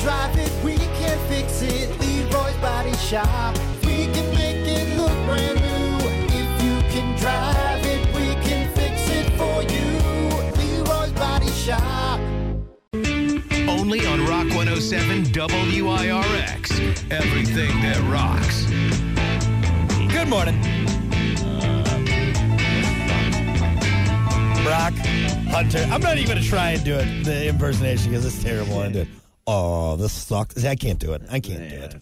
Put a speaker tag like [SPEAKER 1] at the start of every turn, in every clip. [SPEAKER 1] drive it, we can fix it. Leroy's Body Shop. We can make it look brand new. If you can drive it, we can fix it for you. Leroy's Body Shop.
[SPEAKER 2] Only on Rock 107 WIRX. Everything that rocks.
[SPEAKER 3] Good morning. Brock Hunter. I'm not even going to try and do it, the impersonation, because it's terrible. I did. Oh, this sucks. See, I can't do it. I can't do it.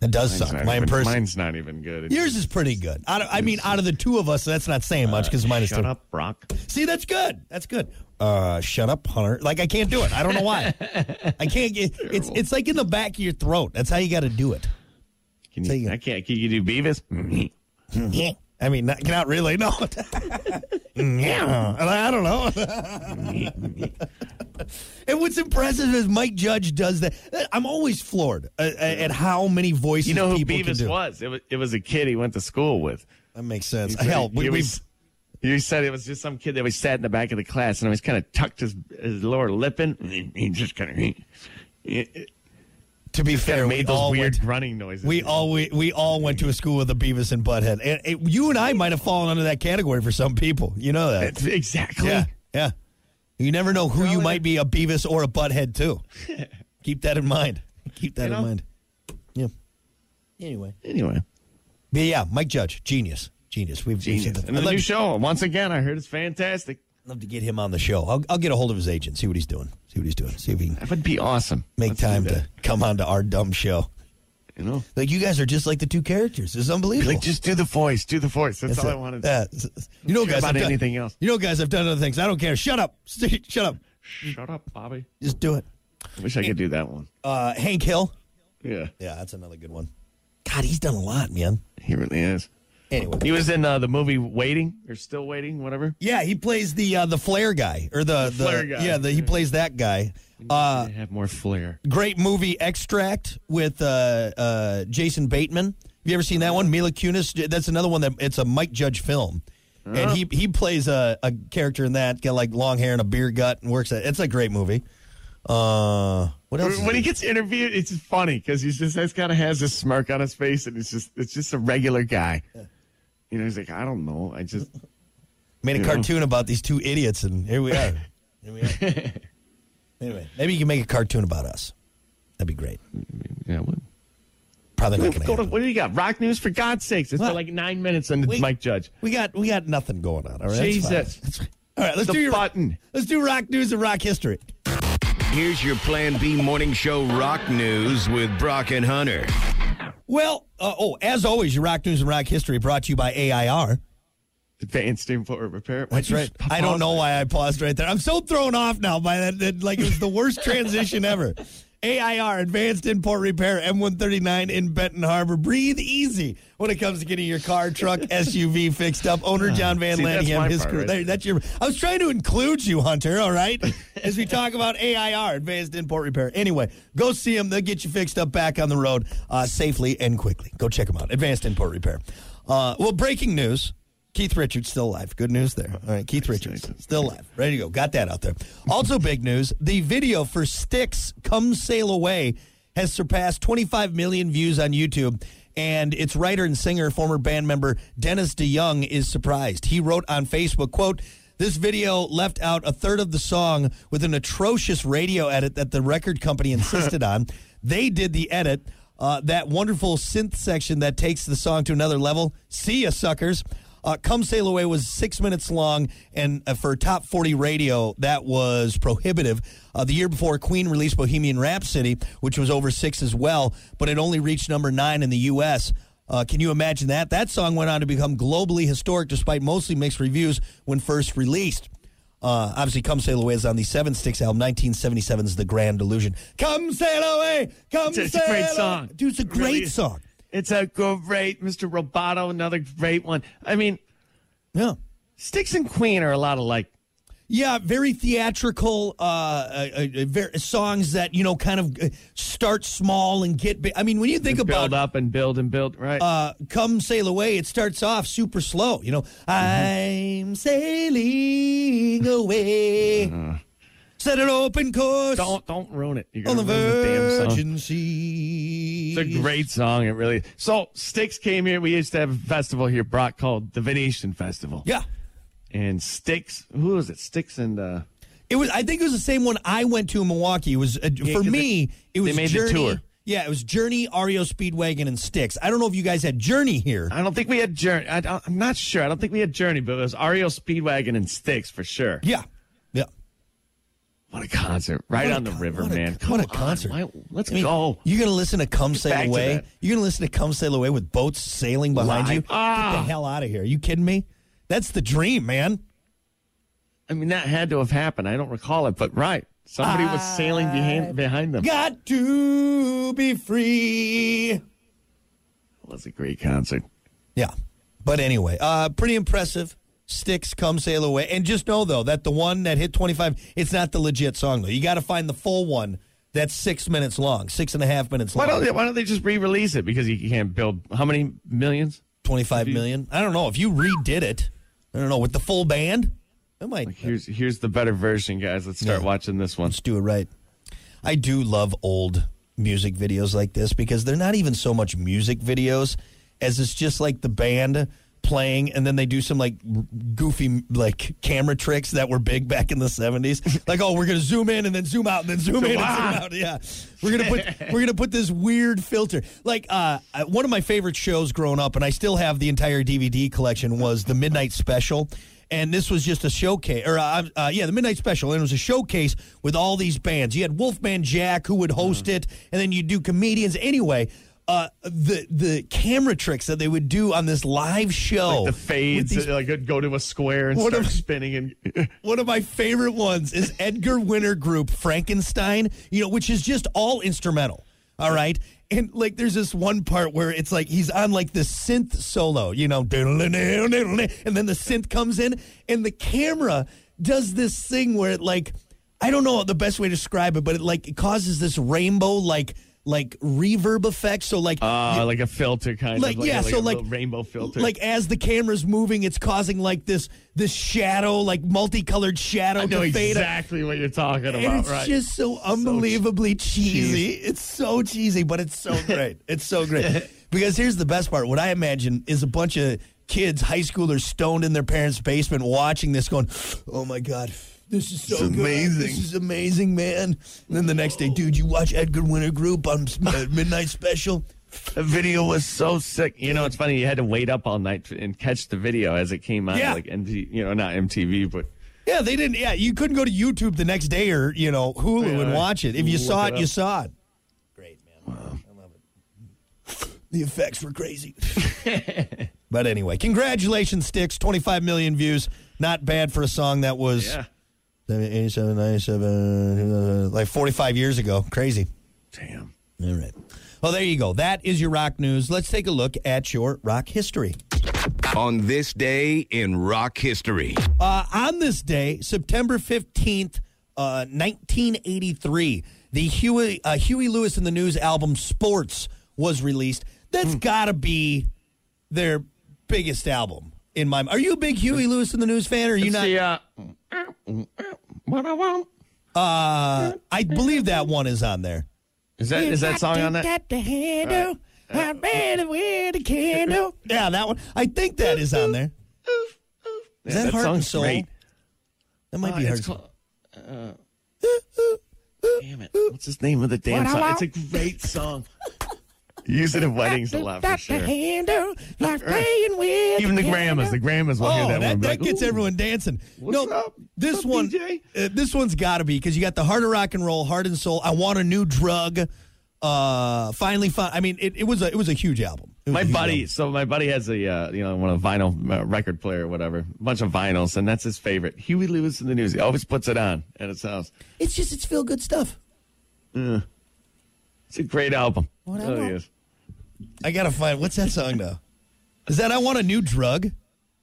[SPEAKER 3] It does
[SPEAKER 4] Mine's
[SPEAKER 3] suck.
[SPEAKER 4] not
[SPEAKER 3] My
[SPEAKER 4] even-
[SPEAKER 3] impersonation.
[SPEAKER 4] Mine's not even good. It's-
[SPEAKER 3] Yours is pretty good. Out of, I mean, out of the two of us, that's not saying much because mine is
[SPEAKER 4] Shut
[SPEAKER 3] too-
[SPEAKER 4] up, Brock.
[SPEAKER 3] See, that's good. That's good. Uh, shut up, Hunter. Like I can't do it. I don't know why. I can't get. It's it's like in the back of your throat. That's how you got to do it.
[SPEAKER 4] Can
[SPEAKER 3] Take
[SPEAKER 4] you,
[SPEAKER 3] it.
[SPEAKER 4] I can't. Can you do Beavis?
[SPEAKER 2] Mm-hmm.
[SPEAKER 3] I mean, not, not really. No. yeah. I don't know. and what's impressive is Mike Judge does that. I'm always floored uh, at how many voices
[SPEAKER 4] You know who
[SPEAKER 3] people can
[SPEAKER 4] Beavis
[SPEAKER 3] do.
[SPEAKER 4] was? It was it was a kid he went to school with.
[SPEAKER 3] That makes sense. Hell, we,
[SPEAKER 4] he,
[SPEAKER 3] we
[SPEAKER 4] was- he said it was just some kid that always sat in the back of the class and always kind of tucked his, his lower lip in. And he, he just kind of he, he
[SPEAKER 3] to be
[SPEAKER 4] kind
[SPEAKER 3] fair,
[SPEAKER 4] of
[SPEAKER 3] we
[SPEAKER 4] made
[SPEAKER 3] all
[SPEAKER 4] those weird
[SPEAKER 3] went-
[SPEAKER 4] running noises.
[SPEAKER 3] We all we, we all went to a school with a Beavis and Butthead, and it, you and I might have fallen under that category for some people. You know that,
[SPEAKER 4] That's exactly.
[SPEAKER 3] yeah, yeah. You never know who you might be a Beavis or a Butthead to. Keep that in mind. Keep that
[SPEAKER 4] You
[SPEAKER 3] in
[SPEAKER 4] know?
[SPEAKER 3] mind. Yeah. Anyway,
[SPEAKER 4] Anyway,
[SPEAKER 3] but yeah, Mike Judge, genius, genius. We've we've said
[SPEAKER 4] genius.
[SPEAKER 3] that.
[SPEAKER 4] And the
[SPEAKER 3] I'd love,
[SPEAKER 4] new show. Once again, I heard it's fantastic.
[SPEAKER 3] love to get him on the show. I'll, I'll get a hold of his agent, see what he's doing, see what he's doing, see if he can
[SPEAKER 4] That would be awesome.
[SPEAKER 3] make
[SPEAKER 4] Let's do
[SPEAKER 3] time
[SPEAKER 4] that,
[SPEAKER 3] to come on to our dumb show.
[SPEAKER 4] you know.
[SPEAKER 3] Like you guys are just like the two characters. It's unbelievable.
[SPEAKER 4] Like, just do the voice. Do the voice. That's, all I
[SPEAKER 3] it.
[SPEAKER 4] wanted.
[SPEAKER 3] Yeah. S- s- You know,
[SPEAKER 4] care
[SPEAKER 3] guys,
[SPEAKER 4] about
[SPEAKER 3] I've done-
[SPEAKER 4] anything else.
[SPEAKER 3] You know, guys, I've done other things. I don't care. Shut up. Shut up.
[SPEAKER 4] Shut up, Bobby.
[SPEAKER 3] Just do it.
[SPEAKER 4] I wish I could do that one.
[SPEAKER 3] Uh, Hank Hill.
[SPEAKER 4] Yeah,
[SPEAKER 3] Yeah, that's another good one. God, he's done a lot, man.
[SPEAKER 4] he really is.
[SPEAKER 3] Anyway,
[SPEAKER 4] He was in uh, the movie Waiting or Still Waiting, whatever.
[SPEAKER 3] yeah, he plays the uh, the flair guy or the, the,
[SPEAKER 4] Flair guy.
[SPEAKER 3] Yeah, the, he plays that guy. Uh,
[SPEAKER 4] They have more flair.
[SPEAKER 3] great movie Extract with uh, uh, Jason Bateman. Have you ever seen that one? Mila Kunis. That's another one that it's a Mike Judge film, and he he plays a, a character in that got like long hair and a beer gut and works. At, it's a great movie. Uh, what else? is
[SPEAKER 4] When
[SPEAKER 3] it?
[SPEAKER 4] he gets interviewed, it's just funny because he's just that's kind of has this smirk on his face, and it's just it's just a regular guy. You know, he's like, I don't know, I just
[SPEAKER 3] made a cartoon about these two idiots, and here we are. here we are. anyway, maybe you can make a cartoon about us. That'd be great.
[SPEAKER 4] yeah. What?
[SPEAKER 3] Probably not
[SPEAKER 4] Go
[SPEAKER 3] going
[SPEAKER 4] to,
[SPEAKER 3] to.
[SPEAKER 4] what do you got? Rock news for God's sakes! It's
[SPEAKER 3] What?
[SPEAKER 4] been like nine minutes, and
[SPEAKER 3] We-
[SPEAKER 4] it's Mike Judge.
[SPEAKER 3] We got we got nothing going on. All right, That's fine.
[SPEAKER 4] Jesus.
[SPEAKER 3] That's fine. All right, let's
[SPEAKER 4] The
[SPEAKER 3] do your
[SPEAKER 4] button.
[SPEAKER 3] Let's do rock news and rock history.
[SPEAKER 2] Here's your Plan B morning show rock news with Brock and Hunter.
[SPEAKER 3] Well, uh, oh, as always, your rock news and rock history brought to you by AIR.
[SPEAKER 4] Advanced import repair. Why'd
[SPEAKER 3] That's
[SPEAKER 4] you
[SPEAKER 3] right.
[SPEAKER 4] pop
[SPEAKER 3] I don't
[SPEAKER 4] off?
[SPEAKER 3] know why I paused right there. I'm so thrown off now by that. that like it was the worst transition ever. AIR, Advanced Import Repair, M139 in Benton Harbor. Breathe easy when it comes to getting your car, truck, SUV fixed up. Owner John Van
[SPEAKER 4] See, that's my
[SPEAKER 3] Lanningham, his
[SPEAKER 4] part
[SPEAKER 3] crew.
[SPEAKER 4] right
[SPEAKER 3] There,
[SPEAKER 4] there.
[SPEAKER 3] that's your. I was trying to include you, Hunter. All right, as we talk about AIR, Advanced Import Repair. Anyway, go see them. They'll get you fixed up back on the road uh, safely and quickly. Go check them out. Advanced Import Repair. Uh, well, breaking news: Keith Richards still alive. Good news there. All right, Keith Richards still alive. Ready to go. Got that out there. Also, big news: the video for Sticks "Come Sail Away" has surpassed 25 million views on YouTube. And its writer and singer, former band member Dennis DeYoung, is surprised. He wrote on Facebook, quote, this video left out a third of the song with an atrocious radio edit that the record company insisted on. They did the edit. Uh, that wonderful synth section that takes the song to another level. See ya, suckers. Uh, Come Sail Away was six minutes long, and uh, for top 40 radio, that was prohibitive. Uh, the year before, Queen released Bohemian Rhapsody, which was over six as well, but it only reached number nine in the U.S. Uh, can you imagine that? That song went on to become globally historic despite mostly mixed reviews when first released. Uh, obviously, Come Sail Away is on the Seven Sticks album, 1977's The Grand Illusion. Come Sail Away! Come
[SPEAKER 4] It's a- it's a
[SPEAKER 3] Sail
[SPEAKER 4] great
[SPEAKER 3] Away.
[SPEAKER 4] song.
[SPEAKER 3] Dude, it's a
[SPEAKER 4] It
[SPEAKER 3] great
[SPEAKER 4] really is.
[SPEAKER 3] song.
[SPEAKER 4] It's a great Mr. Roboto, another great one. I mean,
[SPEAKER 3] Yeah.
[SPEAKER 4] Sticks and Queen are a lot of like
[SPEAKER 3] Yeah, very theatrical uh, uh, uh, ver- songs that you know kind of uh, start small and get big. I mean, when you think about
[SPEAKER 4] build up and build and build, right?
[SPEAKER 3] uh, "Come Sail Away," it starts off super slow.
[SPEAKER 4] Mm-hmm.
[SPEAKER 3] You know, I'm sailing away. set an open course
[SPEAKER 4] Mm-hmm. Don't don't ruin it. You're
[SPEAKER 3] on
[SPEAKER 4] gonna
[SPEAKER 3] the
[SPEAKER 4] ruin the damn song.
[SPEAKER 3] Virgin Sea.
[SPEAKER 4] It's a great song. It really. So Sticks came here. We used to have a festival here, Brock, called the Venetian Festival.
[SPEAKER 3] Yeah.
[SPEAKER 4] And Sticks, who was it? Sticks and uh,
[SPEAKER 3] It was. I think it was the same one I went to in Milwaukee. It was uh, for
[SPEAKER 4] 'cause
[SPEAKER 3] me.
[SPEAKER 4] they-
[SPEAKER 3] it was
[SPEAKER 4] they made the
[SPEAKER 3] Journey.
[SPEAKER 4] tour.
[SPEAKER 3] Yeah, it was Journey, Ario Speedwagon, and Sticks. I don't know if you guys had Journey here.
[SPEAKER 4] I don't think we had Journey. I, don't- I'm not sure. I don't think we had Journey, but it was Ario Speedwagon and Sticks for sure.
[SPEAKER 3] yeah, yeah.
[SPEAKER 4] What a concert! Right
[SPEAKER 3] What a
[SPEAKER 4] on the
[SPEAKER 3] con-
[SPEAKER 4] river,
[SPEAKER 3] what a-
[SPEAKER 4] man. Come
[SPEAKER 3] what a
[SPEAKER 4] on.
[SPEAKER 3] concert.
[SPEAKER 4] Why- let's
[SPEAKER 3] I mean,
[SPEAKER 4] go.
[SPEAKER 3] You're gonna listen to "Come
[SPEAKER 4] Oh. back
[SPEAKER 3] Sail
[SPEAKER 4] to
[SPEAKER 3] Away."
[SPEAKER 4] that.
[SPEAKER 3] You're gonna listen to "Come Sail Away" with boats sailing behind
[SPEAKER 4] Live.
[SPEAKER 3] you. Get
[SPEAKER 4] Ah.
[SPEAKER 3] the hell out of here! Are you kidding me? That's the dream, man.
[SPEAKER 4] I mean, that had to have happened. I don't recall it, but right. Somebody was sailing
[SPEAKER 3] Uh,
[SPEAKER 4] behind behind them.
[SPEAKER 3] Got to be free.
[SPEAKER 4] That was a great concert.
[SPEAKER 3] Yeah. But anyway, uh, pretty impressive. Sticks come sail away. And just know though that the one that hit twenty five, it's not the legit song though. You gotta find the full one that's six minutes long, six and a half minutes
[SPEAKER 4] Why
[SPEAKER 3] long.
[SPEAKER 4] don't they, Why don't they just re-release it? Because you can't build how many millions?
[SPEAKER 3] Twenty five million. I don't know. If you redid it, I don't know, with the full band, that might
[SPEAKER 4] Here's here's the better version, guys. Let's start
[SPEAKER 3] Yeah.
[SPEAKER 4] watching this one.
[SPEAKER 3] let's do it right. I do love old music videos like this because they're not even so much music videos as it's just like the band playing and then they do some like goofy like camera tricks that were big back in the 70s like oh we're going to zoom in and then zoom out and then zoom in and zoom
[SPEAKER 4] ah!
[SPEAKER 3] out yeah we're going to put we're going to put this weird filter like uh I- one of my favorite shows growing up and I still have the entire DVD collection was the Midnight Special and this was just a showcase, or uh, uh, yeah, the Midnight Special, and it was a showcase with all these bands. You had Wolfman Jack, who would host it, and then you do comedians. Anyway, uh, the the camera tricks that they would do on this live show,
[SPEAKER 4] the
[SPEAKER 3] Oh. with
[SPEAKER 4] fades,
[SPEAKER 3] these-
[SPEAKER 4] like it'd go to a square and
[SPEAKER 3] What
[SPEAKER 4] start
[SPEAKER 3] am-
[SPEAKER 4] spinning. And uh,
[SPEAKER 3] one of my favorite ones is Edgar Winter Group Frankenstein, you know, which is just all instrumental. All right. And like there's this one part where it's like he's on like this synth solo, you know, and then the synth comes in and the camera does this thing where it like I don't know the best way to describe it, but it like it causes this rainbow like like reverb effect. So like
[SPEAKER 4] uh,
[SPEAKER 3] you-
[SPEAKER 4] like a filter kind
[SPEAKER 3] like,
[SPEAKER 4] of, like,
[SPEAKER 3] yeah,
[SPEAKER 4] a- like
[SPEAKER 3] so
[SPEAKER 4] a
[SPEAKER 3] like
[SPEAKER 4] little rainbow filter.
[SPEAKER 3] Like as the camera's moving, it's causing like this this shadow, like multicolored shadow
[SPEAKER 4] I know
[SPEAKER 3] to fade.
[SPEAKER 4] exactly what you're talking about.
[SPEAKER 3] And it's
[SPEAKER 4] right?
[SPEAKER 3] just so unbelievably cheesy. It's so cheesy, but it's so great. It's so great. Because here's the best part. What I imagine is a bunch of kids, high schoolers, stoned in their parents' basement watching this going, oh my God, this is so good.
[SPEAKER 4] amazing.
[SPEAKER 3] This is amazing, man. And then the next day, dude, you watch Edgar Winter Group on uh, Midnight Special.
[SPEAKER 4] the video was so sick. You know, it's funny. You had to wait up all night to- and catch the video as it came on.
[SPEAKER 3] Yeah.
[SPEAKER 4] Like MTV, you know, not MTV, but
[SPEAKER 3] Yeah, they didn't. Yeah, you couldn't go to YouTube the next day or you know Hulu
[SPEAKER 4] Yeah,
[SPEAKER 3] and watch it. If you
[SPEAKER 4] look
[SPEAKER 3] saw
[SPEAKER 4] it
[SPEAKER 3] it, you
[SPEAKER 4] up.
[SPEAKER 3] saw it. Great man, I love it. The effects were crazy. but anyway, congratulations, Sticks. Twenty-five million views. Not bad for a song that was
[SPEAKER 4] yeah.
[SPEAKER 3] 87, 97, uh, like forty-five years ago. Crazy.
[SPEAKER 4] Damn.
[SPEAKER 3] All right. Well, there you go. That is your rock news. Let's take a look at your rock history.
[SPEAKER 2] On this day in rock history,
[SPEAKER 3] Uh, on this day, September 15th, uh, 1983, the Huey, uh, Huey Lewis and the News album Sports was released.
[SPEAKER 4] Hmm.
[SPEAKER 3] That's got to be their biggest album in my Are you a big Huey Lewis and the News fan? Or are you not?
[SPEAKER 4] Yeah. What I want.
[SPEAKER 3] Uh, I believe that one is on there.
[SPEAKER 4] Is that is that song on that?
[SPEAKER 3] Got the handle. I ran away the candle. Yeah, that one. I think that is on there. Is that,
[SPEAKER 4] Yeah, that
[SPEAKER 3] Heart and
[SPEAKER 4] song's
[SPEAKER 3] Soul?
[SPEAKER 4] great.
[SPEAKER 3] That might
[SPEAKER 4] Uh,
[SPEAKER 3] be Heart
[SPEAKER 4] it's
[SPEAKER 3] and Soul.
[SPEAKER 4] called- uh, Damn it. What's his name of the damn song? It's a great song. Use it at weddings a lot for sure. Even the grandmas. The grandmas will hear
[SPEAKER 3] Oh,
[SPEAKER 4] that,
[SPEAKER 3] that,
[SPEAKER 4] one.
[SPEAKER 3] that gets everyone dancing.
[SPEAKER 4] What's
[SPEAKER 3] no,
[SPEAKER 4] up?
[SPEAKER 3] this
[SPEAKER 4] What's up,
[SPEAKER 3] one,
[SPEAKER 4] DJ?
[SPEAKER 3] uh, this one's got to be because you got the heart of rock and roll, heart and soul. I want a new drug. Uh, finally, fi- I mean, it, it was a it was a huge album. It was
[SPEAKER 4] My
[SPEAKER 3] a huge
[SPEAKER 4] buddy,
[SPEAKER 3] album.
[SPEAKER 4] so my buddy has a uh, you know one of the vinyl uh, record player or whatever, a bunch of vinyls, and that's his favorite. Huey Lewis in the News. He always puts it on at his house.
[SPEAKER 3] It's just it's feel good stuff.
[SPEAKER 4] It's a great album.
[SPEAKER 3] What
[SPEAKER 4] It really
[SPEAKER 3] album?
[SPEAKER 4] is.
[SPEAKER 3] I gotta find what's that song now? Is that I want a new drug?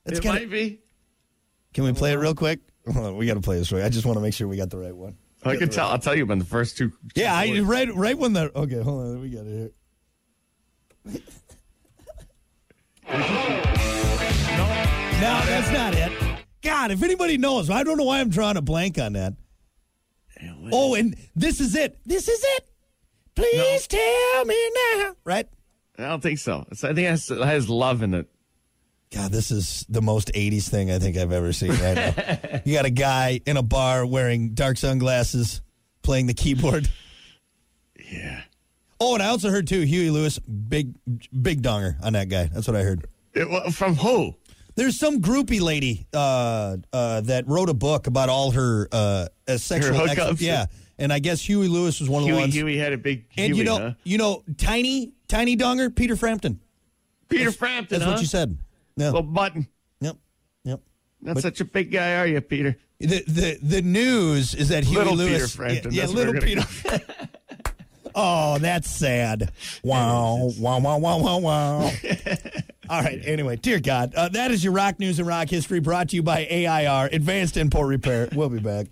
[SPEAKER 3] That's
[SPEAKER 4] It
[SPEAKER 3] gotta-
[SPEAKER 4] might be.
[SPEAKER 3] Can we play it real quick? Hold on, we gotta play this way. I just want to make sure we got the right one.
[SPEAKER 4] I can tell. I'll tell you about the first two.
[SPEAKER 3] Yeah, I
[SPEAKER 4] two words.
[SPEAKER 3] right right when the okay. Hold on, we got it here. no, that's not it. God, if anybody knows, I don't know why I'm drawing a blank on that.
[SPEAKER 4] L.A.
[SPEAKER 3] Oh, and this is it. This is it. Please tell me now. Right?
[SPEAKER 4] I don't think so. It's, I think it has, it has love in it.
[SPEAKER 3] God, this is the most 80s thing I think I've ever seen right now. you got a guy in a bar wearing dark sunglasses playing the keyboard.
[SPEAKER 4] Yeah.
[SPEAKER 3] Oh, and I also heard too Huey Lewis, big big donger on that guy. That's what I heard.
[SPEAKER 4] It, wa- from who?
[SPEAKER 3] There's some groupie lady uh, uh, that wrote a book about all her uh, uh, sexual ex-
[SPEAKER 4] hookups?
[SPEAKER 3] yeah, and I guess Huey Lewis was one of the
[SPEAKER 4] Huey,
[SPEAKER 3] ones.
[SPEAKER 4] Huey had a big
[SPEAKER 3] and
[SPEAKER 4] Huey,
[SPEAKER 3] you know,
[SPEAKER 4] huh?
[SPEAKER 3] you know, tiny tiny donger Peter Frampton.
[SPEAKER 4] Peter Frampton,
[SPEAKER 3] That's
[SPEAKER 4] huh?
[SPEAKER 3] what you said. No.
[SPEAKER 4] Little button.
[SPEAKER 3] yep. Yep.
[SPEAKER 4] Not such a big guy, are you, Peter?
[SPEAKER 3] The the the news is that Huey
[SPEAKER 4] Little Peter
[SPEAKER 3] Lewis.
[SPEAKER 4] Frampton,
[SPEAKER 3] Yeah, yeah
[SPEAKER 4] that's what
[SPEAKER 3] little
[SPEAKER 4] we're
[SPEAKER 3] Peter.
[SPEAKER 4] gonna-
[SPEAKER 3] oh, that's sad. Wow, wow, wow, wow, wow, wow. All right. Anyway, dear God, uh, that is your rock news and rock history brought to you by AIR Advanced Import Repair. We'll be back.